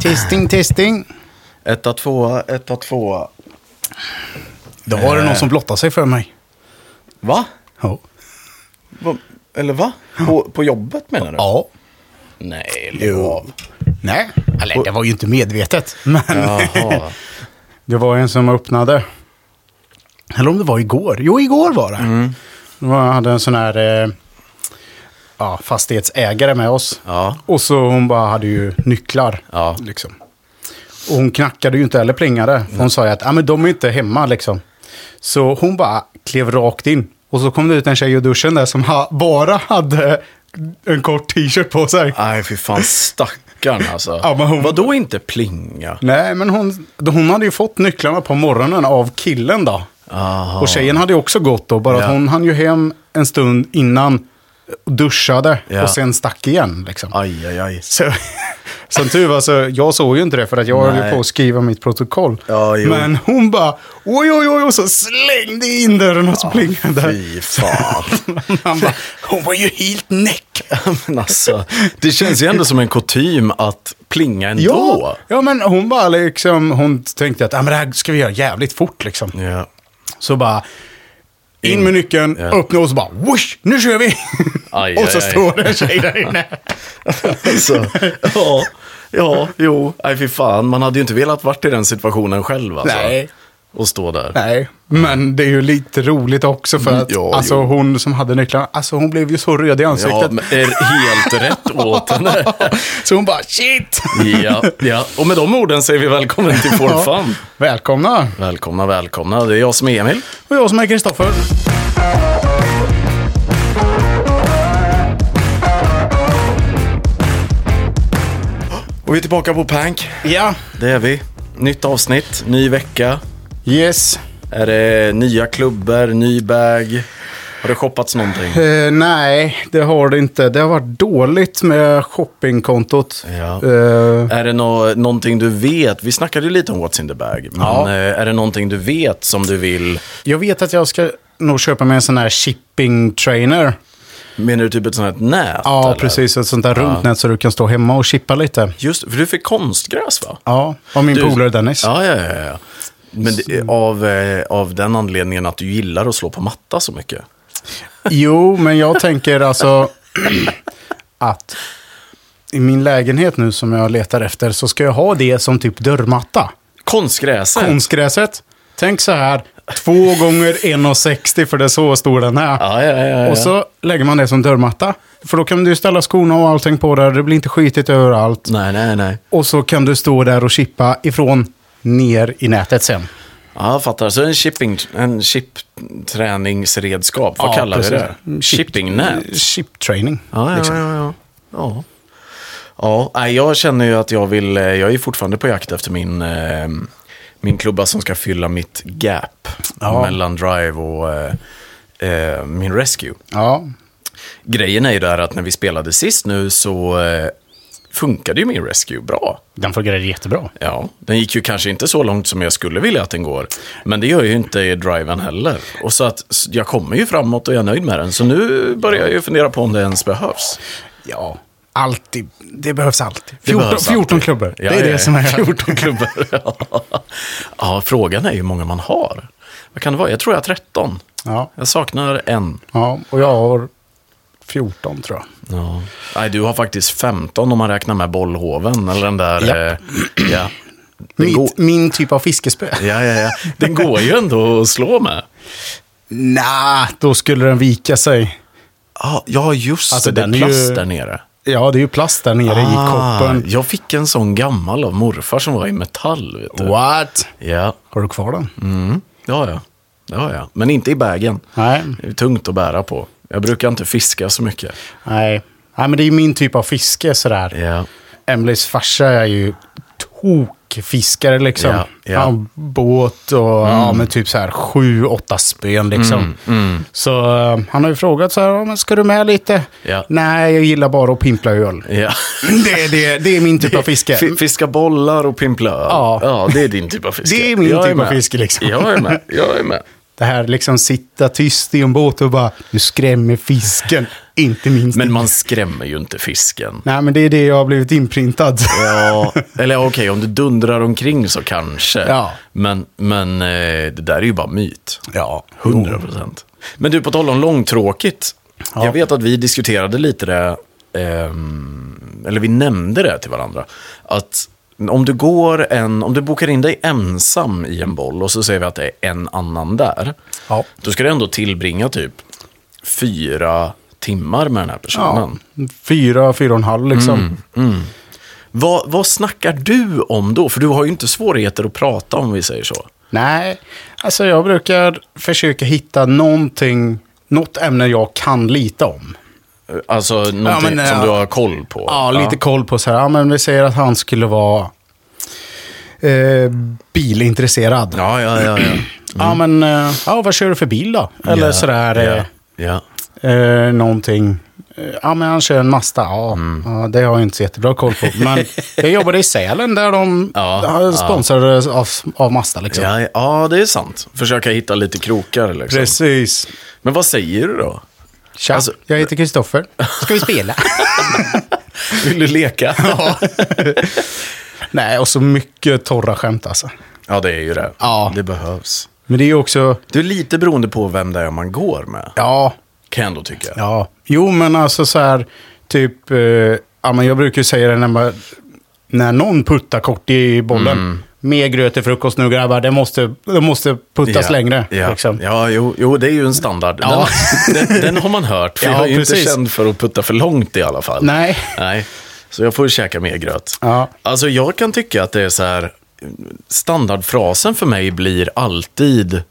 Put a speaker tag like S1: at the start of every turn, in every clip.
S1: Testing, testing.
S2: Etta, tvåa, etta, tvåa.
S1: Då var det någon som blottade sig för mig.
S2: Va?
S1: Ja.
S2: Va? Eller va? På, på jobbet menar du?
S1: ja.
S2: Nej, lägg
S1: Jo.
S2: av.
S1: Nej, eller det var ju inte medvetet. Men
S2: Jaha.
S1: det var en som öppnade. Eller om det var igår. Jo, igår var det.
S2: Mm.
S1: Då var- hade en sån här eh, ja, fastighetsägare med oss.
S2: Ja.
S1: Och så hon bara hade ju nycklar.
S2: Ja.
S1: Liksom. Och hon knackade ju inte eller plingade. Hon sa ju att ah, men de är inte hemma liksom. Så hon bara klev rakt in. Och så kom det ut en tjej ur duschen där som ha, bara hade en kort t-shirt på sig.
S2: Nej, fy fan stackarn alltså.
S1: Ja, men hon-
S2: Vadå inte plinga?
S1: Nej, men hon, hon hade ju fått nycklarna på morgonen av killen då.
S2: Aha.
S1: Och tjejen hade ju också gått då, bara
S2: Ja.
S1: att hon hann ju hem en stund innan, duschade
S2: Ja.
S1: och sen stack igen. Liksom.
S2: Aj, aj, aj.
S1: Så, som tur var så, jag såg ju inte det för att jag höll ju
S2: Nej.
S1: på att skriva mitt protokoll.
S2: Ja, jo.
S1: men hon bara, oj, oj, oj, och så slängde in dörren och så plingade det.
S2: Fy fan.
S1: Han bara, hon var ju helt näck.
S2: men alltså, det känns ju ändå som en kutym att plinga ändå.
S1: Ja, ja, men hon bara liksom, hon tänkte att ah, men det här ska vi göra jävligt fort liksom.
S2: Ja.
S1: Så bara in med nyckeln,
S2: Ja.
S1: öppna och så bara whoosh, nu kör vi!
S2: Aj,
S1: och så
S2: aj, aj.
S1: står det en tjej där inne.
S2: Alltså, ja, ja, jo. Nej, fy fan. Man hade ju inte velat varit i den situationen själv alltså.
S1: Nej.
S2: Och stå där.
S1: Nej, men det är ju lite roligt också för att
S2: Mm, Ja,
S1: alltså,
S2: jo.
S1: hon som hade nycklarna, alltså hon blev ju så röd i
S2: Ja,
S1: ansiktet.
S2: men är helt rätt åt henne.
S1: så hon bara shit!
S2: Ja, ja, och med de orden säger vi välkommen till Ford Fun.
S1: Välkomna!
S2: Välkomna, välkomna. Det är jag som är Emil.
S1: Och jag som är Kristoffer.
S2: Och vi är tillbaka på Pank.
S1: Ja.
S2: Det är vi. Nytt avsnitt, ny vecka.
S1: Yes.
S2: Är det nya klubbor, ny bag? Har det shoppats någonting?
S1: Eh, nej, det har det inte. Det har varit dåligt med shoppingkontot.
S2: Ja.
S1: Eh,
S2: Är det nå- någonting du vet? Vi snackade ju lite om what's in the bag. Men
S1: Ja.
S2: eh, är det någonting du vet som du vill?
S1: jag vet att jag ska nog köpa mig en sån här shipping trainer.
S2: Menar du typ ett sånt här nät?
S1: Ja,
S2: eller?
S1: precis. Ett sånt där runt nät så du kan stå hemma och chippa lite.
S2: Just för du fick konstgräs va?
S1: Ja, och min
S2: Du-
S1: polare Dennis.
S2: Ja, ja, ja. ja. Men det, av, eh, av den anledningen att du gillar att slå på matta så mycket.
S1: Jo, men jag tänker alltså att i min lägenhet nu som jag letar efter så ska jag ha det som typ dörrmatta.
S2: Konstgräset?
S1: Konstgräset. Tänk så här, två gånger 1,60 för det är så stor den är.
S2: Ja, ja, ja, ja.
S1: Och så lägger man det som dörrmatta. För då kan du ställa skorna och allting på där. Det blir inte skitigt överallt.
S2: Nej, nej, nej.
S1: Och så kan du stå där och chippa ifrån ner i nätet sen.
S2: Ja, jag fattar. Så en shipping, en chip-träningsredskap. Vad
S1: Ja,
S2: kallar vi
S1: precis.
S2: det?
S1: Chip-
S2: Shippingnät?
S1: Chip training.
S2: Ja, ja,
S1: liksom.
S2: ja, ja. ja. ja nej, jag känner ju att jag vill, eh, jag är fortfarande på jakt efter min, eh, min klubba som ska fylla mitt gap
S1: Ja.
S2: mellan drive och eh, eh, min rescue.
S1: ja.
S2: Grejen är ju där att när vi spelade sist nu så eh, funkade ju min rescue bra.
S1: Den fungerar jättebra.
S2: Ja, den gick ju kanske inte så långt som jag skulle vilja att den går. Men det gör ju inte driven heller. Och så att s- jag kommer ju framåt och jag är nöjd med den. Så nu börjar jag ju fundera på om det ens behövs.
S1: Ja. Alltid. Det behövs alltid. 14,
S2: Det behövs alltid.
S1: 14 klubbor.
S2: Ja,
S1: det är
S2: ja, ja.
S1: det som är...
S2: 14 klubbor. ja. ja, frågan är ju hur många man har. Vad kan det vara? Jag tror jag har 13.
S1: Ja.
S2: Jag saknar en.
S1: ja, och jag har 14 tror jag.
S2: Ja. Nej, du har faktiskt 15 om man räknar med bollhoven eller den där...
S1: Japp.
S2: Eh, ja. Den går,
S1: Mitt, min typ av fiskespö.
S2: ja, ja, ja. Den går ju ändå att slå med.
S1: Nja, då skulle den vika sig.
S2: Ja, Ja, just
S1: Alltså,
S2: det.
S1: den
S2: Det
S1: är
S2: är
S1: ju-
S2: plast där nere. Ah,
S1: Ja, det är ju plast där nere i koppen.
S2: Jag fick en sån gammal av morfar som var i metall. Vet du.
S1: What?
S2: Ja.
S1: Har du kvar den?
S2: Mm. Ja, ja. ja, ja. Men inte i bagen.
S1: Nej.
S2: Det är tungt att bära på. Jag brukar inte fiska så mycket.
S1: Nej. Nej, men det är ju min typ av fiske sådär.
S2: Ja,
S1: Emelies farsa är ju tokfiskare liksom.
S2: Ja, ja. Mm.
S1: Han har båt och ja, men typ så här sju, åtta spön liksom. Så eh, han har ju frågat så här, "Ja, men ska du med lite?
S2: Ja.
S1: Nej, jag gillar bara att pimpla öl.
S2: ja.
S1: Det är, det, det är min typ av fiske.
S2: F- Fiska bollar och pimpla öl.
S1: Ja.
S2: ja, det är din typ av fiske.
S1: Det är min typ av
S2: med.
S1: fiske, liksom.
S2: Jag är med. Jag är med.
S1: Det här liksom sitta tyst i en båt och bara, du skrämmer fisken. Inte minst.
S2: Men man skrämmer ju inte fisken.
S1: Nej, men det är det jag har blivit inprintad.
S2: Ja, eller okej, om du dundrar omkring så kanske.
S1: Ja.
S2: Men, men eh, det där är ju bara myt.
S1: Ja,
S2: 100 procent. Men du, på tal om långtråkigt.
S1: Ja.
S2: Jag vet att vi diskuterade lite det, ehm, eller vi nämnde det till varandra. Att om du, går en, om du bokar in dig ensam i en boll och så säger vi att det är en annan där.
S1: Ja.
S2: Då ska du ändå tillbringa typ fyra timmar med den här personen.
S1: ja. Fyra, fyra och en halv liksom.
S2: Mm. Vad, vad snackar du om då? För du har ju inte svårigheter att prata om vi säger så.
S1: Nej, alltså jag brukar försöka hitta någonting, något ämne jag kan lite om.
S2: Alltså någonting
S1: men,
S2: som
S1: ja.
S2: du har koll på.
S1: Ja, lite koll på så här, ja, men vi säger att han skulle vara eh, bilintresserad. Ja,
S2: Ja, ja, ja. ja.
S1: men eh, ja, vad kör du för bil då? Eller
S2: Ja,
S1: sådär, eh,
S2: Ja, ja.
S1: eh, någonting. Eh, Ja, men han kör en Mazda. Ja, ja, det har jag inte så jättebra koll på. Men jag jobbade i Sälen där de
S2: Ja,
S1: ja, sponsrade av, av Mazda. Liksom.
S2: Ja, ja, det är sant. Försöka hitta lite krokar liksom.
S1: Precis.
S2: Men vad säger du då?
S1: Tja,
S2: Alltså-
S1: jag heter Kristoffer. Ska vi spela?
S2: Vill du leka? Ja,
S1: Nej, och så mycket torra skämt alltså.
S2: det är ju det.
S1: Ja.
S2: Det behövs.
S1: Men det är ju också,
S2: Du är lite beroende på vem det är man går med.
S1: ja,
S2: Kan jag ändå tycka.
S1: ja. Jo, men alltså så här, typ, eh, ja men jag brukar ju säga det när, man, när någon puttar kort i bollen.
S2: Mm.
S1: Mer gröt till frukost nu grabbar, det måste, det måste puttas
S2: Ja,
S1: längre.
S2: Ja,
S1: Liksom.
S2: ja jo, jo, det är ju en standard.
S1: Ja.
S2: Den, den, den har man hört. För
S1: Ja,
S2: jag är ju inte
S1: precis.
S2: känd för att putta för långt i alla fall.
S1: Nej.
S2: Nej. Så jag får ju käka mer gröt.
S1: Ja.
S2: Alltså jag kan tycka att det är så här, standardfrasen för mig blir alltid,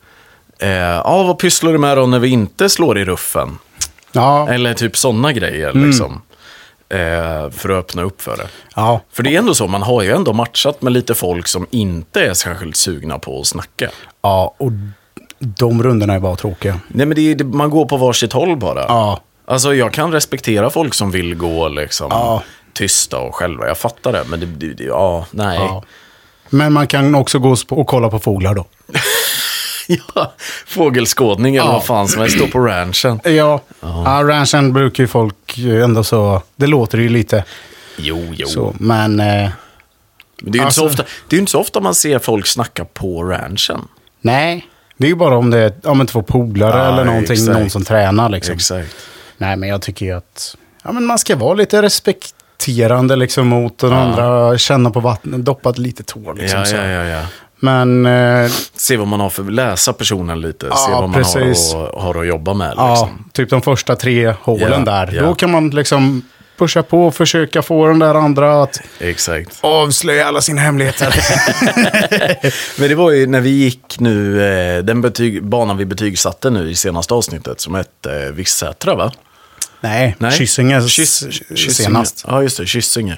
S2: eh, ja vad pysslar du med då när vi inte slår i ruffen?
S1: Ja,
S2: Eller typ sådana grejer liksom. Eh, för att öppna upp för det.
S1: ja.
S2: För det är ändå så, man har ju ändå matchat med lite folk som inte är särskilt sugna på att snacka.
S1: ja, och de rundorna är bara tråkiga.
S2: Nej men det är, det, man går på varsitt håll bara.
S1: Ja,
S2: Alltså jag kan respektera folk som vill gå liksom
S1: Ja.
S2: tysta och själva. Jag fattar det, men det, det, det ja, nej.
S1: ja. Men man kan också gå och kolla på fåglar då.
S2: Ja, fågelskådning eller
S1: Ja.
S2: vad fan som helst, stå på ranchen.
S1: Ja, ja ranchen brukar ju folk eh, ändå så, det låter ju lite
S2: Jo, jo.
S1: så, men... Eh,
S2: Men det är ju
S1: Alltså-
S2: inte, så ofta, det är ju inte så ofta man ser folk snacka på ranchen. liksom.
S1: Nej, det är ju bara om det är om det är två polare
S2: Ja,
S1: eller någonting,
S2: exakt.
S1: någon som tränar liksom.
S2: Exakt.
S1: Nej, men jag tycker ju att ja, men man ska vara lite respekterande liksom mot den andra, känna på vattnet, doppat lite tår liksom.
S2: Ja,
S1: så.
S2: ja, ja, ja.
S1: Men eh,
S2: Se vad man har för, läsa personen lite, se
S1: Ja,
S2: vad man
S1: precis.
S2: har att, har att jobba med.
S1: ja,
S2: Liksom.
S1: typ de första tre hålen
S2: Ja,
S1: där,
S2: ja.
S1: då kan man liksom pusha på och försöka få den där andra att
S2: Exakt.
S1: avslöja alla sina hemligheter.
S2: Men det var ju när vi gick nu, eh, den betyg, banan vi betygsatte nu i senaste avsnittet som hette eh, Vissätra va?
S1: Nej,
S2: Nej.
S1: Kyssinge s-
S2: Kyss- Kyssinge.
S1: senast.
S2: Ja, just det. Kyssinge.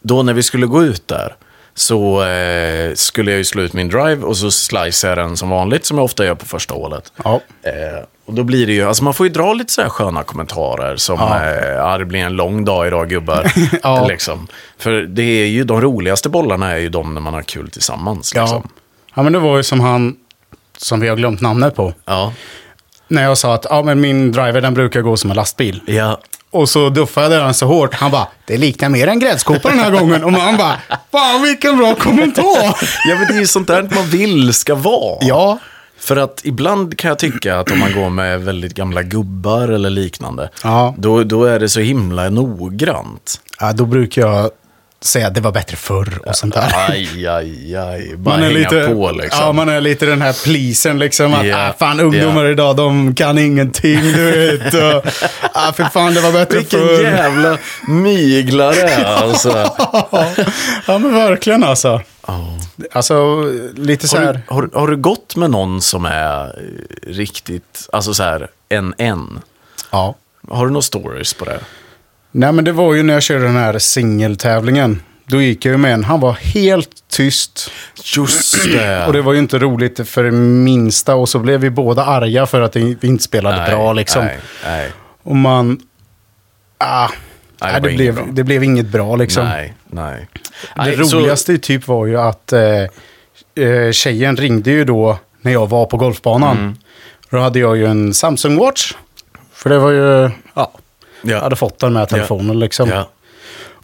S2: Då när vi skulle gå ut där så eh, skulle jag ju slå ut min drive och så slicear jag den som vanligt som jag ofta gör på första hålet.
S1: Ja.
S2: Eh, och då blir det ju, alltså man får ju dra lite så här sköna kommentarer som ja. eh, "Ah, det blir en lång dag idag gubbar.
S1: Ja.
S2: liksom. För det är ju, de roligaste bollarna är ju de när man har kul tillsammans.
S1: Ja.
S2: Liksom.
S1: ja, men det var ju som han, som vi har glömt namnet på.
S2: Ja.
S1: När jag sa att ja, men min driver den brukar gå som en lastbil.
S2: ja.
S1: Och så duffade jag den så hårt. Han bara, det liknar mer en grädskopa den här gången. Och man bara, fan vilken bra kommentar.
S2: Ja, men det är ju sånt där man vill ska vara.
S1: Ja.
S2: För att ibland kan jag tycka att om man går med väldigt gamla gubbar eller liknande,
S1: Ja.
S2: då, då är det så himla noggrant.
S1: ja, då brukar jag säga att det var bättre förr och sånt där.
S2: Aj, aj, aj. Bara hänga på liksom.
S1: ja, man är lite den här pleasen liksom. Att,
S2: Ja,
S1: ah, fan ungdomar
S2: ja.
S1: idag, de kan ingenting du vet. Och, ah, för fan det var bättre
S2: Vilken
S1: förr.
S2: jävla myglare alltså.
S1: ja, men verkligen alltså. Alltså, lite så
S2: Har
S1: här.
S2: du, har, har du gått med någon som är eh, riktigt, alltså så här, en en?
S1: Ja.
S2: Har du några stories på det?
S1: Nej, men det var ju när jag körde den här singeltävlingen. Då gick jag ju med en. Han var helt tyst.
S2: Just det.
S1: Och det var ju inte roligt för det minsta. Och så blev vi båda arga för att vi inte spelade
S2: Nej,
S1: bra liksom.
S2: Nej, nej.
S1: Och man... Ah,
S2: det
S1: nej,
S2: var
S1: det,
S2: inget bra.
S1: blev, det blev inget bra liksom.
S2: Nej, nej.
S1: Det
S2: Nej, så-
S1: roligaste typ var ju att eh, eh, tjejen ringde ju då när jag var på
S2: Mm.
S1: golfbanan. Då hade jag ju en Samsung Watch. För det var ju, ja.
S2: Ja.
S1: hade fått den med telefonen. Liksom.
S2: Ja.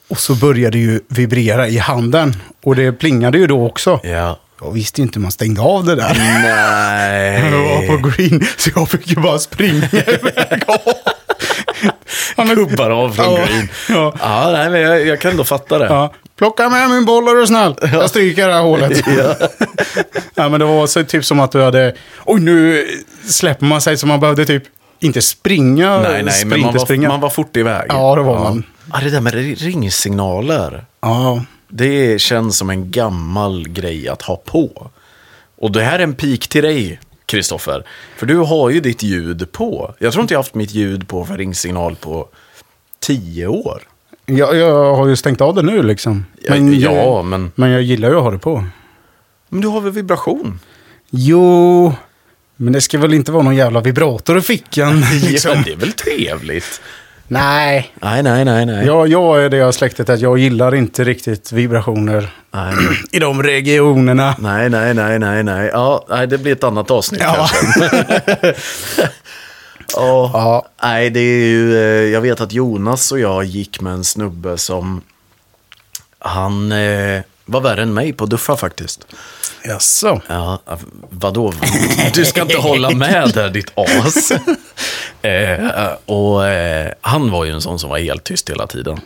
S1: Och så började det ju vibrera i handen. Och det plingade ju då också.
S2: Ja.
S1: Jag visste inte hur man stängde av det där. Jag var
S2: Nej.
S1: på green, så jag fick ju bara springa iväg. Ja, men-
S2: Gubbar av från
S1: Ja,
S2: green.
S1: ja.
S2: Ja, nej, men jag, jag kan ändå fatta det.
S1: Ja. Plocka med min boll är du snäll. Jag stryker det här hålet.
S2: Ja.
S1: ja, men det var så typ som att du hade... Oj, nu släpper man sig så man behövde typ inte springa.
S2: Nej, nej, men man
S1: inte
S2: var,
S1: springa.
S2: man var fort iväg.
S1: Ja, det var man.
S2: Ja, det där med ringsignaler.
S1: Ja.
S2: Det känns som en gammal grej att ha på. Och det här är en pik till dig, Kristoffer. För du har ju ditt ljud på. Jag tror inte jag har haft mitt ljud på för ringsignal på tio år.
S1: Jag, jag har ju stängt av det nu liksom.
S2: Ja, ja, men-
S1: Men jag gillar ju att ha det på.
S2: Men du har väl vibration?
S1: Jo, men det ska väl inte vara någon jävla vibrator i fickan.
S2: Ja,
S1: Liksom.
S2: det är väl trevligt?
S1: Nej.
S2: Nej, nej, nej, nej.
S1: Jag, jag är det av släktet att jag gillar inte riktigt vibrationer
S2: Nej,
S1: i de regionerna.
S2: nej, nej, nej, nej, nej. Ja, nej, det blir ett annat avsnitt
S1: Ja.
S2: kanske. Ja.
S1: Ja.
S2: Nej, det är ju, eh, jag vet att Jonas och jag gick med en snubbe som, han eh, var värre än mig på att duffa faktiskt.
S1: Jaså?
S2: Ja, vadå? Du ska inte hålla med där, ditt as. eh, och eh, han var ju en sån som var helt tyst hela tiden.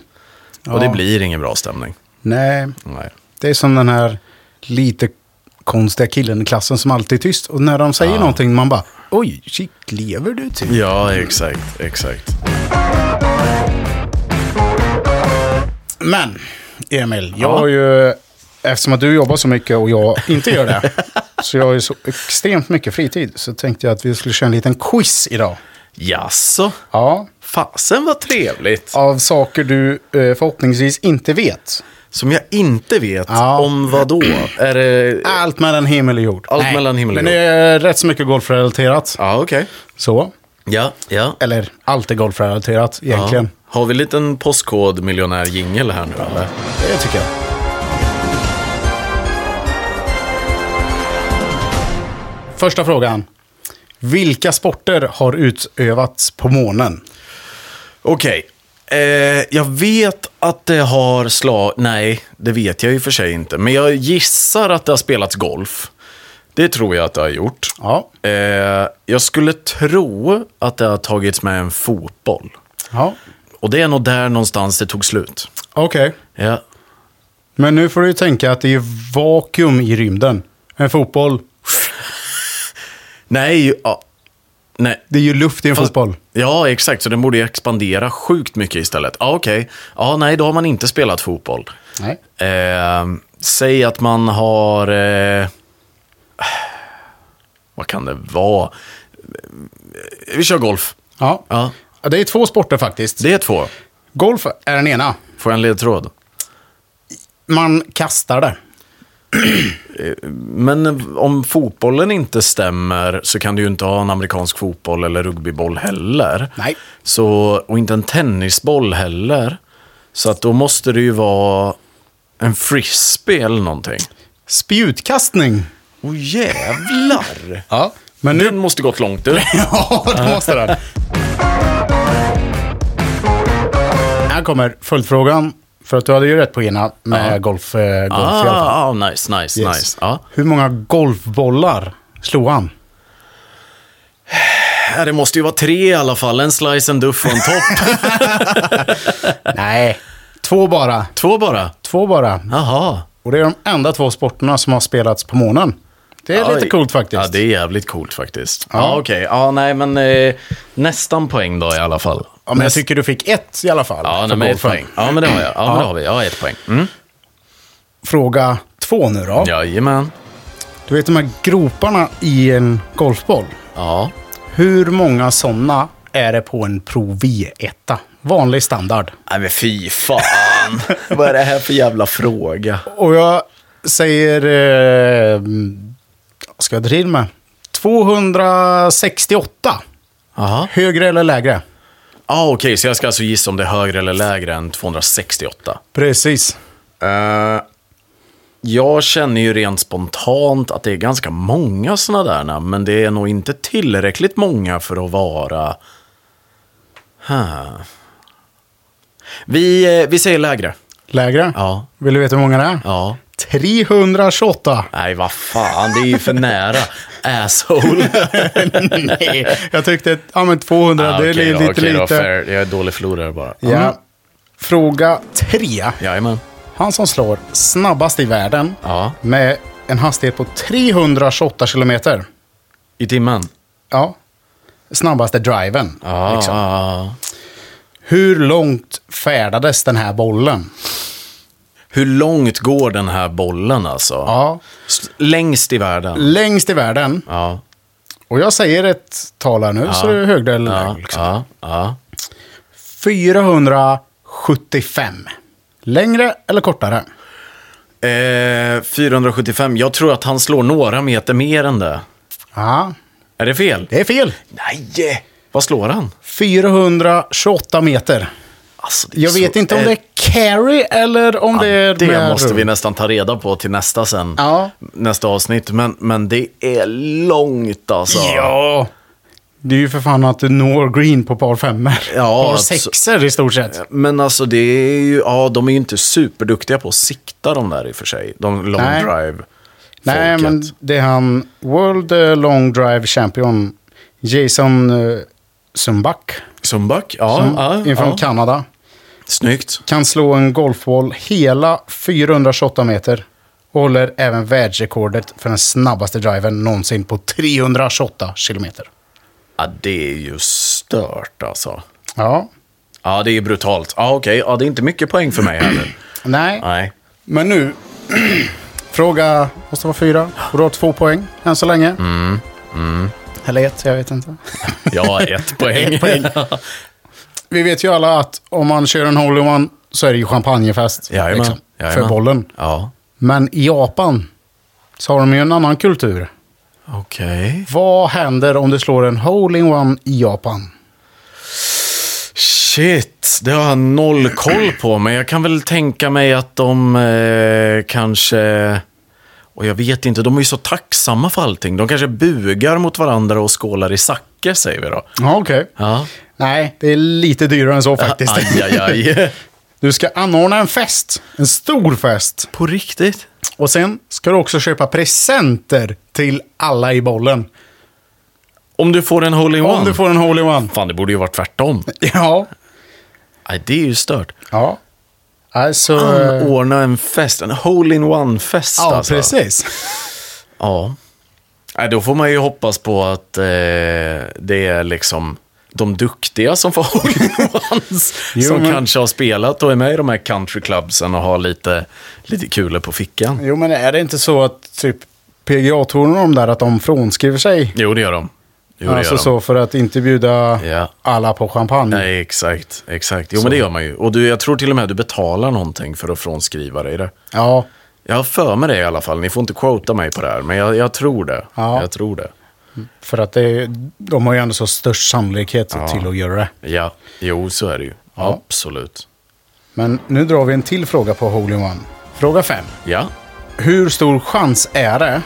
S2: Och det
S1: Ja.
S2: blir ingen bra stämning.
S1: Nej,
S2: Nej.
S1: det är som den här lite konstiga killen i klassen som alltid är tyst. Och när de säger någonting, man bara oj, shit, lever du typ?" till?
S2: Ja, exakt, exakt.
S1: Men, Emil, jag har ju, eftersom att du jobbar så mycket och jag inte gör det, så jag har ju så extremt mycket fritid, så tänkte jag att vi skulle köra en liten quiz idag.
S2: Jaså?
S1: Ja,
S2: Fasen vad trevligt.
S1: av saker du eh, förhoppningsvis inte vet.
S2: Som jag inte vet
S1: Ja.
S2: om vad då. Är det...
S1: Allt mellan himmel och jord.
S2: Allt mellan himmel och
S1: Men det är rätt så mycket golfrelaterat.
S2: Ja, okej.
S1: Så.
S2: Ja, ja.
S1: Eller allt är golfrelaterat egentligen.
S2: ja. Har vi en liten postkodmiljonär-jingel här nu eller?
S1: Det tycker jag. Första frågan. Vilka sporter har utövats på månen?
S2: Okej. Eh, jag vet att det har slag... Nej, det vet jag ju för sig inte. Men jag gissar att det har spelats golf. Det tror jag att det har gjort.
S1: Ja.
S2: Eh, jag skulle tro att det har tagits med en fotboll.
S1: ja.
S2: Och det är nog där någonstans det tog slut.
S1: Okej.
S2: Ja.
S1: Men nu får du ju tänka att det är ju vakuum i rymden. En fotboll,
S2: Nej, ja. Nej.
S1: det är ju luft i en fotboll.
S2: Ja, exakt. Så den borde ju expandera sjukt mycket istället. Ja, okej. Ja, nej, då har man inte spelat fotboll.
S1: Nej.
S2: Eh, säg att man har... Eh, vad kan det vara? Vi kör golf.
S1: Ja.
S2: Ja,
S1: Ja, Det är två sporter faktiskt.
S2: det är två.
S1: Golf är den ena.
S2: Får jag en ledtråd?
S1: Man kastar det.
S2: Men om fotbollen inte stämmer så kan du ju inte ha en amerikansk fotboll eller rugbyboll heller.
S1: Nej.
S2: Så, och inte en tennisboll heller. Så att då måste det ju vara en frisbee eller någonting.
S1: Spjutkastning.
S2: Åh jävlar!
S1: Ja. Men nu...
S2: Den måste gått långt ut.
S1: ja, det måste den. Här kommer följdfrågan. För att du hade ju rätt på ena med golf, eh, golf i alla fall.
S2: Ah, ah, nice, nice,
S1: Yes.
S2: nice. Ja.
S1: Hur många golfbollar slog han?
S2: Ja, Det måste ju vara tre i alla fall. En slice, en duff och en topp.
S1: Nej. Två bara.
S2: Två bara.
S1: Två bara.
S2: Jaha.
S1: Och det är de enda två sporterna som har spelats på månen. Det är lite
S2: Oj.
S1: coolt faktiskt.
S2: Ja, det är jävligt coolt faktiskt. Ja, okej. Ja, nej, men eh, nästan poäng då i alla fall.
S1: Ja, men jag tycker du fick ett i alla fall.
S2: Ja,
S1: för
S2: nej, men ett
S1: golfen.
S2: poäng. Ja, men det har jag. Ja, men det har vi. Ja, ett poäng. Mm.
S1: Fråga två nu då.
S2: Jajamän.
S1: Du vet de här groparna i en golfboll?
S2: Ja.
S1: Hur många sådana är det på en Pro V1? Vanlig standard.
S2: Nej, men fy fan. Vad är det här för jävla fråga?
S1: Och jag säger... Eh, vad ska jag dra till med? 268.
S2: Jaha.
S1: Högre eller lägre?
S2: Ja, okej, så jag ska alltså gissa om det är högre eller lägre än 268.
S1: Precis.
S2: Eh, jag känner ju rent spontant att det är ganska många sådana där, namn, men det är nog inte tillräckligt många för att vara... Huh. Vi, eh, vi säger lägre.
S1: Lägre?
S2: Ja.
S1: Vill du veta hur många det är?
S2: Ja.
S1: 328.
S2: Nej, vad fan, det är ju för nära. Asshole.
S1: Nej, jag tyckte att ja, men 200,
S2: Ah,
S1: det är
S2: okej då,
S1: lite
S2: okej då,
S1: lite.
S2: fair. Jag är dålig förlorare bara. Mm.
S1: Ja. Fråga tre.
S2: Jajamän.
S1: Han som slår snabbast i världen
S2: Ja.
S1: med en hastighet på 328 kilometer.
S2: I timmen?
S1: Ja. Snabbaste driven.
S2: Ja.
S1: liksom.
S2: ja.
S1: Hur långt färdades den här bollen?
S2: Hur långt går den här bollen alltså?
S1: Ja. Mm.
S2: S- Längst i världen?
S1: Längst i världen.
S2: Ja.
S1: Och jag säger ett tal här nu, så det är högre eller
S2: Ja.
S1: lägre, liksom.
S2: ja. ja.
S1: 475. Längre eller kortare?
S2: Eh, 475. Jag tror att han slår några meter mer än det.
S1: Ja,
S2: Är det fel?
S1: det är fel.
S2: Nej! Vad slår han?
S1: 428 meter.
S2: Alltså, det är
S1: Jag
S2: så-
S1: vet inte om
S2: Eh,
S1: det är carry eller om det är...
S2: Det
S1: med
S2: måste vi
S1: rull.
S2: nästan ta reda på till nästa sen.
S1: Ja.
S2: Nästa avsnitt. Men, men det är långt alltså.
S1: Ja. Det är ju för fan att du når green på par femmer.
S2: Ja,
S1: par
S2: alltså-
S1: sexer i stort sett.
S2: Men alltså det är ju, ja de är ju inte superduktiga på att sikta de där i och för sig. De long
S1: Nej.
S2: drive.
S1: Nej, men det är han World eh, Long Drive Champion Jason eh, Sumbak
S2: Sumbak, ja. ja,
S1: infrån
S2: ja.
S1: Kanada.
S2: Snyggt.
S1: Kan slå en golfboll hela 428 meter. Och håller även världsrekordet för den snabbaste driven någonsin på 328 kilometer.
S2: Ja, det är ju stört alltså.
S1: Ja.
S2: Ja, det är brutalt. Ja, okej. Ja, det är inte mycket poäng för mig heller.
S1: Nej,
S2: Nej.
S1: men nu. Fråga måste vara fyra. Och du har två poäng än så länge.
S2: Mm,
S1: Eller ett, jag vet inte.
S2: Jag har ett poäng.
S1: Vi vet ju alla att om man kör en hole-in-one så är det ju champagnefest. liksom,
S2: Jajamän,
S1: för
S2: jajamän.
S1: bollen.
S2: ja,
S1: Men i Japan så har de ju en annan kultur.
S2: okej.
S1: Vad händer om du slår en hole-in-one i Japan?
S2: Shit, det har jag noll koll på. Men jag kan väl tänka mig att de eh, kanske... Och jag vet inte, de är ju så tacksamma för allting. De kanske bugar mot varandra och skålar i sake, säger vi då.
S1: Ja, okej.
S2: Ja.
S1: Nej, det är lite dyrare än så faktiskt.
S2: Aj, aj, aj.
S1: Du ska anordna en fest. En stor fest.
S2: På riktigt?
S1: Och sen ska du också köpa presenter till alla i bollen.
S2: Om du får en hole-in-one?
S1: Om du får en hole-in-one.
S2: Fan, det borde ju vara tvärtom.
S1: Ja.
S2: Nej, det är ju stört.
S1: Ja. Alltså... eh,
S2: Anordna en fest, en hole-in-one-fest
S1: Ja,
S2: alltså.
S1: precis.
S2: Ja. Nej, då får man ju hoppas på att eh, det är liksom de duktiga som får hole-in-ones.
S1: Jo,
S2: som
S1: men-
S2: kanske har spelat och är med i de här countryclubsen och har lite, lite kulor på fickan.
S1: Jo, men är det inte så att typ PGA-touren och de där, att de frånskriver sig?
S2: Jo, det gör de. Jo, det
S1: alltså
S2: gör de.
S1: så för att inte bjuda
S2: Ja.
S1: alla på champagne.
S2: Nej, exakt. exakt. Jo, men det gör man ju. Och du, jag tror till och med att du betalar någonting för att frånskriva dig det.
S1: Ja,
S2: Jag har för mig det i alla fall. Ni får inte quota mig på det här, men jag, jag tror det.
S1: Ja.
S2: Jag tror det.
S1: för att det, de har ju ändå så störst sannolikhet till att göra det.
S2: Ja, jo, så är det ju. Absolut.
S1: Men nu drar vi en till fråga på Holy One. Fråga 5.
S2: Ja.
S1: Hur stor chans är det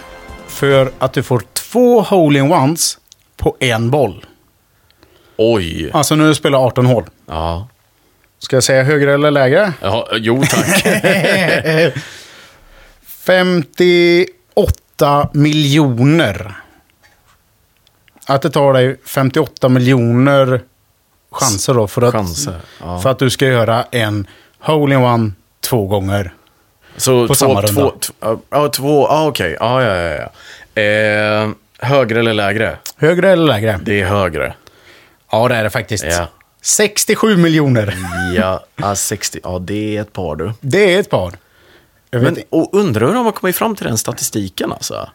S1: för att du får två hole-in-ones på en boll?
S2: Oj.
S1: Alltså nu spelar 18 hål.
S2: Ja.
S1: Ska jag säga högre eller lägre?
S2: ja jo, tack.
S1: 58 miljoner. Att det tar dig 58 miljoner chanser då för att,
S2: Chanser, ja.
S1: för att du ska göra en hole-in-one två gånger.
S2: Så
S1: På
S2: två,
S1: samma runda.
S2: två, två, ja, två, ja, okej. Ja, ja, ja. ja. Eh, högre eller lägre?
S1: Högre eller lägre?
S2: Det är högre.
S1: Ja, det är det faktiskt. Mm.
S2: Ja.
S1: 67 miljoner.
S2: Ja, ja, 60. Ja, det är ett par du.
S1: Det är ett par. Jag vet
S2: Men,
S1: men,
S2: och undrar hur de har kommit fram till den statistiken alltså?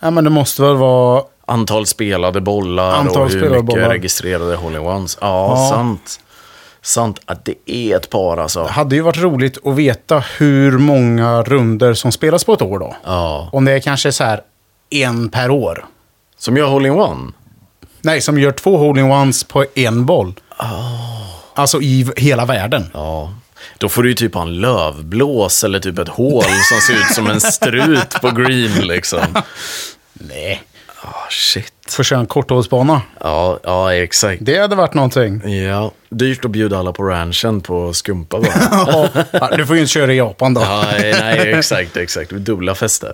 S1: ja, men det måste väl vara...
S2: Antal spelade bollar
S1: Antal
S2: och hur
S1: spelade
S2: mycket
S1: bollar.
S2: registrerade hole-in-ones. Ja,
S1: Ja.
S2: sant. Sant att det är ett par alltså.
S1: Det hade ju varit roligt att veta hur många runder som spelas på ett år då.
S2: Ja.
S1: Om det är kanske så här en per år.
S2: Som gör hole-in-one?
S1: Nej, som gör två hole-in-ones på en boll. Alltså i v- hela världen.
S2: Ah. Ja. Då får du ju typ ha en lövblås eller typ ett hål som ser ut som en strut på green liksom.
S1: Nej.
S2: Ah, shit.
S1: Får köra en korthållsbana.
S2: Ja, ja, exakt.
S1: Det hade varit någonting.
S2: Ja, dyrt att bjuda alla på ranchen på skumpa bara.
S1: Ja, du får ju inte köra i Japan då.
S2: ja, nej, exakt, exakt. Dubbla fester.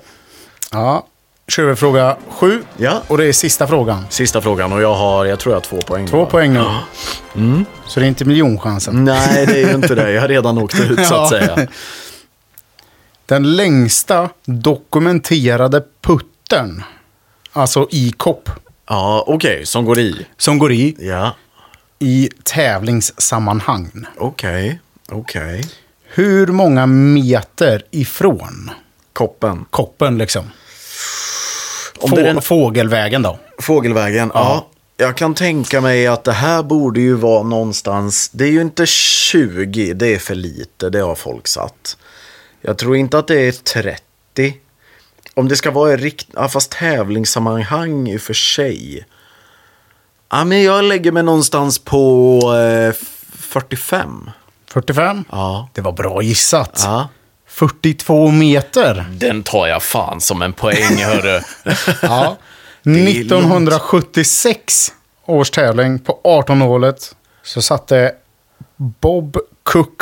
S1: Ja. Kör vi fråga sju.
S2: Ja.
S1: Och det är sista frågan.
S2: Sista frågan och jag har, jag tror jag har två poäng.
S1: Två
S2: va?
S1: poäng nu.
S2: Mm.
S1: Så det är inte miljonchansen.
S2: Nej, det är ju inte det. Jag har redan åkt ut så att
S1: Ja.
S2: säga.
S1: Den längsta dokumenterade putten, alltså i kopp,
S2: Ja, okej, som går i.
S1: som går i
S2: Ja,
S1: i tävlingssammanhang.
S2: okej, okej.
S1: Hur många meter ifrån
S2: Koppen.
S1: koppen liksom?
S2: Om
S1: Få,
S2: det är den
S1: Fågelvägen då?
S2: fågelvägen, ja. Jag kan tänka mig att det här borde ju vara någonstans, det är ju inte 20, det är för lite, det har folk satt. Jag tror inte att det är 30. Om det ska vara i rikt... ja, fast tävlingssammanhang i och för sig. Ja, men jag lägger mig någonstans på eh, f- 45.
S1: 45?
S2: Ja.
S1: Det var bra gissat.
S2: Ja.
S1: 42 meter.
S2: Den tar jag fan som en poäng, hörru.
S1: Ja.
S2: är
S1: 1976 års tävling på 18-hålet så satte Bob Cook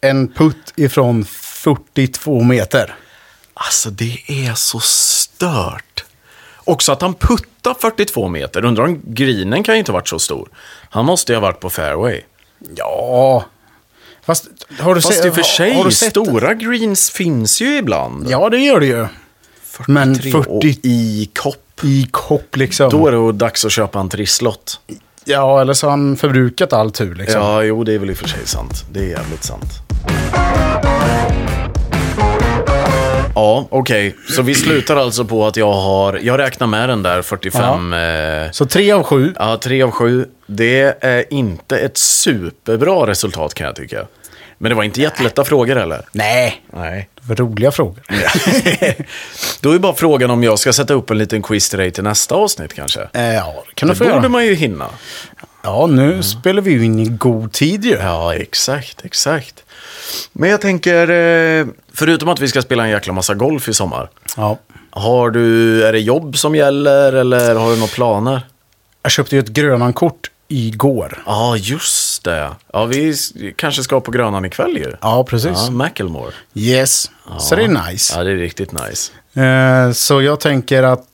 S1: en putt ifrån 42 meter.
S2: Alltså det är så stört. Också att han puttar 42 meter. Undrar om greenen kan ju inte ha varit så stor. Han måste ju ha varit på fairway.
S1: Ja. Fast har du
S2: Fast
S1: sett...
S2: i och för sig,
S1: har du sett-
S2: stora greens finns ju ibland.
S1: Ja, det gör det ju. Men
S2: 43 och
S1: 40
S2: i kopp.
S1: i kopp liksom.
S2: Då är det dags att köpa en trisslott.
S1: Ja, eller så har han förbrukat all tur liksom.
S2: Ja, jo, det är väl i och för sig sant. Det är jävligt sant. Ja, okej. Så vi slutar alltså på att jag har... Jag räknar med den där 45... Eh,
S1: Så tre av sju.
S2: Ja, tre av sju. Det är inte ett superbra resultat kan jag tycka. Men det var inte jättelätta frågor eller?
S1: Nej.
S2: Nej.
S1: Det var roliga frågor.
S2: Då är bara frågan om jag ska sätta upp en liten quiz till dig till nästa avsnitt kanske.
S1: Eh, Ja, det kan du
S2: Det
S1: få
S2: borde
S1: göra.
S2: man ju hinna.
S1: Ja, nu spelar vi ju in i god tid ju.
S2: Ja, exakt, exakt. Men jag tänker, eh, förutom att vi ska spela en jäkla massa golf i sommar.
S1: Ja.
S2: Har du, är det jobb som gäller eller har du några planer?
S1: Jag köpte ju ett Grönan-kort igår.
S2: Ja, just det. Ja, vi s- kanske ska på Grönan ikväll ju.
S1: Ja, precis.
S2: Ja, Macklemore.
S1: Yes. Så det är nice.
S2: Ja, det är riktigt nice.
S1: Eh, så jag tänker att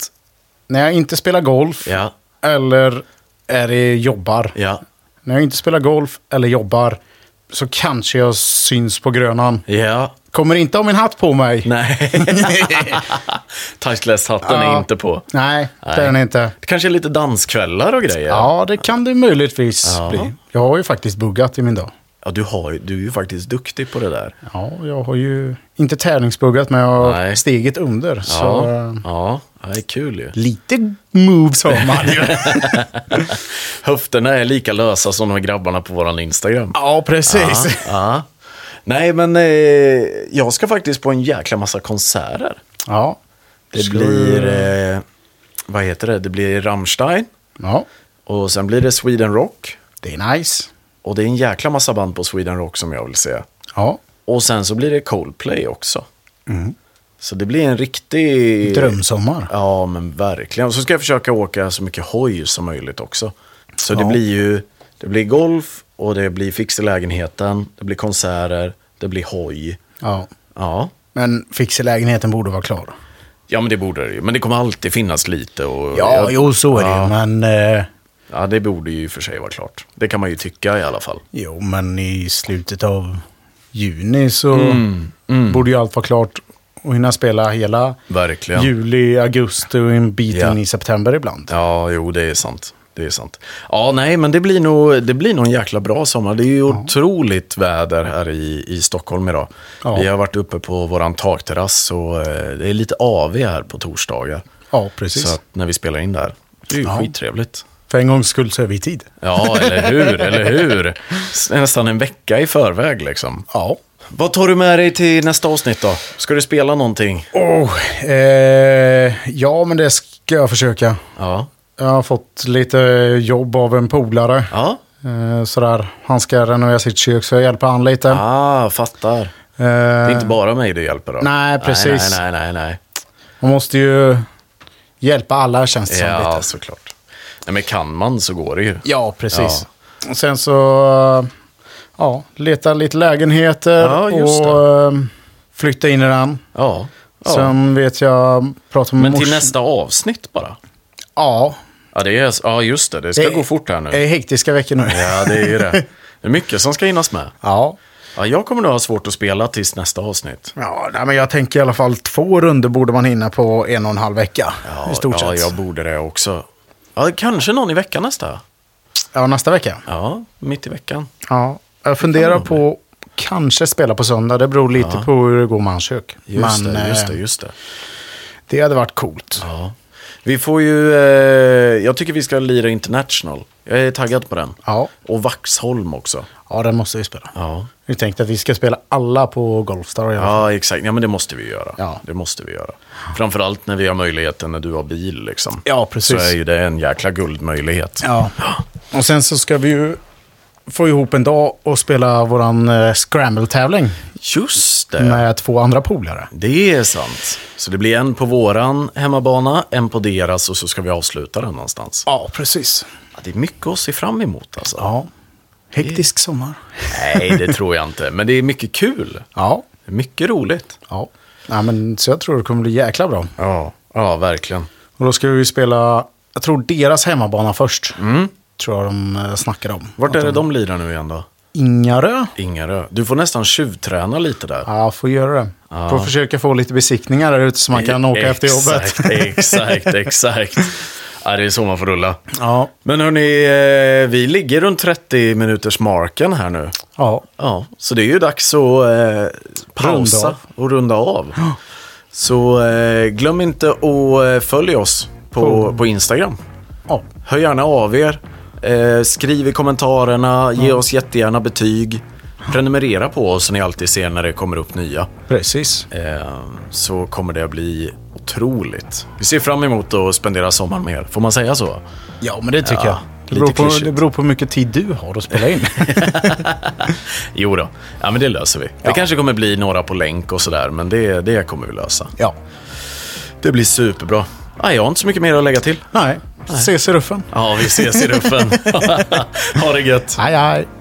S1: när jag inte spelar golf
S2: Ja,
S1: eller är det jobbar.
S2: ja,
S1: När jag inte spelar golf eller jobbar så kanske jag syns på Grönan.
S2: ja.
S1: Kommer inte ha min hatt på mig.
S2: Nej. Touchless-hatten
S1: Ja.
S2: är inte på.
S1: Nej, det
S2: Nej.
S1: är den inte.
S2: Det kanske är lite danskvällar och grejer.
S1: Ja, det kan det möjligtvis
S2: Ja.
S1: bli. Jag har ju faktiskt buggat i min dag.
S2: Ja, du, har, ju- du är ju faktiskt duktig på det där.
S1: Ja, jag har ju inte tävlingsbuggat, men jag har
S2: Nej.
S1: steget under. Så
S2: Ja,
S1: eh,
S2: ja. ja det är kul ju.
S1: lite moves har man ju.
S2: Höfterna är lika lösa som de här grabbarna på våran Instagram.
S1: ja, precis.
S2: Ja, ja. Nej, men eh, jag ska faktiskt på en jäkla massa konserter.
S1: Ja.
S2: Det
S1: Ska-
S2: blir, eh, vad heter det? Det blir Rammstein
S1: Ja,
S2: och sen blir det Sweden Rock.
S1: det är nice.
S2: Och det är en jäkla massa band på Sweden Rock som jag vill se.
S1: Ja,
S2: Och sen så blir det Coldplay också. Så det blir en riktig...
S1: drömsommar.
S2: Ja, men verkligen. Och så ska jag försöka åka så mycket hoj som möjligt också. Så det
S1: Ja.
S2: blir ju... Det blir golf och det blir fix i lägenheten. Det blir konserter. Det blir hoj.
S1: Ja.
S2: Ja.
S1: Men fixelägenheten borde vara klar.
S2: Ja, men det borde det ju. Men det kommer alltid finnas lite. Och
S1: Ja,
S2: jag-
S1: jo, så är det ju. Men, eh,
S2: Ja, det borde ju i och för sig vara klart. Det kan man ju tycka i alla fall.
S1: jo, men i slutet av juni så
S2: Mm,
S1: borde ju allt vara klart och hinna spela hela
S2: Verkligen.
S1: juli, augusti och en bit
S2: Ja.
S1: in i september ibland.
S2: Ja, jo, det är sant. Det är sant. Ja, nej, men det blir nog, det blir nog en jäkla bra sommar. Det är ju otroligt väder här i, i Stockholm idag.
S1: Ja.
S2: Vi har varit uppe på vår takterrass och eh, det är lite AV här på torsdagar.
S1: Ja, precis.
S2: Så att när vi spelar in där. Det är ju
S1: Ja.
S2: skittrevligt.
S1: För en gångs skull så är vi i tid.
S2: Ja, eller hur? eller hur? S- Nästan en vecka i förväg liksom.
S1: Ja.
S2: Vad tar du med dig till nästa avsnitt då? Ska du spela någonting?
S1: Oh, eh, ja, men det ska jag försöka.
S2: Ja.
S1: Jag har fått lite jobb av en polare.
S2: Ja.
S1: Eh, sådär, han ska renovera sitt kök så jag hjälper han lite.
S2: Ah, fattar. Det
S1: Eh,
S2: är inte bara mig du hjälper då?
S1: Nej, precis.
S2: Nej, nej, nej. nej.
S1: man måste ju Hjälpa alla känns det som
S2: Ja,
S1: lite.
S2: såklart. Nej, men kan man så går det ju.
S1: Ja, precis. Och sen så, ja, leta lite lägenheter
S2: Ja, just
S1: och eh, flytta in i den.
S2: Ja. ja.
S1: Sen vet jag, pratade med
S2: men till
S1: mors-
S2: nästa avsnitt bara.
S1: Ja,
S2: Ja, det är, ja just det. Det ska
S1: Det-
S2: gå fort här nu.
S1: det är hektiska veckor nu.
S2: Ja, det är ju det. Det är mycket som ska hinnas med.
S1: Ja.
S2: Ja, jag kommer nog ha svårt att spela tills nästa avsnitt.
S1: Ja, nej, men jag tänker i alla fall två runder borde man hinna på en och en halv vecka.
S2: Ja,
S1: I stort
S2: ja
S1: sett.
S2: jag borde det också. Ja, kanske någon i veckan nästa.
S1: Ja, nästa vecka.
S2: Ja, mitt i veckan.
S1: Ja, jag funderar
S2: nog
S1: på kanske spela på söndag. Det beror lite på hur det går med hans kök.
S2: Just
S1: Men
S2: det, just det,
S1: eh,
S2: just det.
S1: det hade varit coolt.
S2: Ja. Vi får ju, eh, jag tycker vi ska lira International. Jag är taggad på den.
S1: Ja,
S2: Och Vaxholm också.
S1: ja den måste vi spela.
S2: Ja.
S1: Vi tänkte att vi ska spela alla på Golfstar. Ja.
S2: Ja, exakt. Ja, men det måste vi göra.
S1: Alltså. Ja.
S2: Det måste vi göra. Framförallt när vi har möjligheten när du har bil liksom.
S1: ja,
S2: Så
S1: precis.
S2: är ju det en jäkla guldmöjlighet.
S1: Ja. Och sen så ska vi ju få ihop en dag och spela våran eh, scramble-tävling
S2: Just det.
S1: med två andra polare.
S2: Det är sant. Så det blir en på våran hemmabana, en på deras och så ska vi avsluta den någonstans.
S1: Ja, precis.
S2: Ja, det är mycket att se fram emot alltså.
S1: Ja. Hektisk sommar.
S2: Nej, det tror jag inte. Men det är mycket kul.
S1: Ja.
S2: Det är Mycket roligt.
S1: Ja. Nej, men, så jag tror det kommer bli jäkla bra.
S2: Ja, ja verkligen.
S1: Och då ska vi spela, jag tror deras hemmabana först. Tror jag de eh, snackade om.
S2: Vart är det de lirar nu igen då?
S1: Ingarö?
S2: Ingarö. Du får nästan tjuvträna lite där.
S1: Ja, E- får göra det. Får försöka få lite besiktningar där ute så man kan åka efter jobbet.
S2: Exakt, exakt, exakt. Ja, det är så man får rulla.
S1: Ja.
S2: Men hörni, eh, vi ligger runt 30 minuters marken här nu.
S1: ja.
S2: Ja, så det är ju dags att eh, pausa
S1: Runda
S2: och runda av. Så eh, glöm inte att eh, följa oss på, på Instagram.
S1: Ja.
S2: Hör gärna av er. Eh, skriv i kommentarerna, ge oss jättegärna betyg. Prenumerera på oss så ni alltid ser när det kommer upp nya.
S1: Precis.
S2: Eh, så kommer det att bli otroligt. Vi ser fram emot att spendera sommaren med er. Får man säga så?
S1: Ja, men det tycker jag. Det
S2: lite
S1: beror, på,
S2: klyschigt.
S1: det beror på hur mycket tid du har att spela in.
S2: Jo då. ja men det löser vi. Det kanske kommer bli några på länk och sådär, men det, det kommer vi lösa.
S1: ja.
S2: Det blir superbra. Ah, jag har inte så mycket mer att lägga till.
S1: Nej, ses i ruffen.
S2: Ja, vi ses i ruffen. ha det gött.
S1: Hej, hej.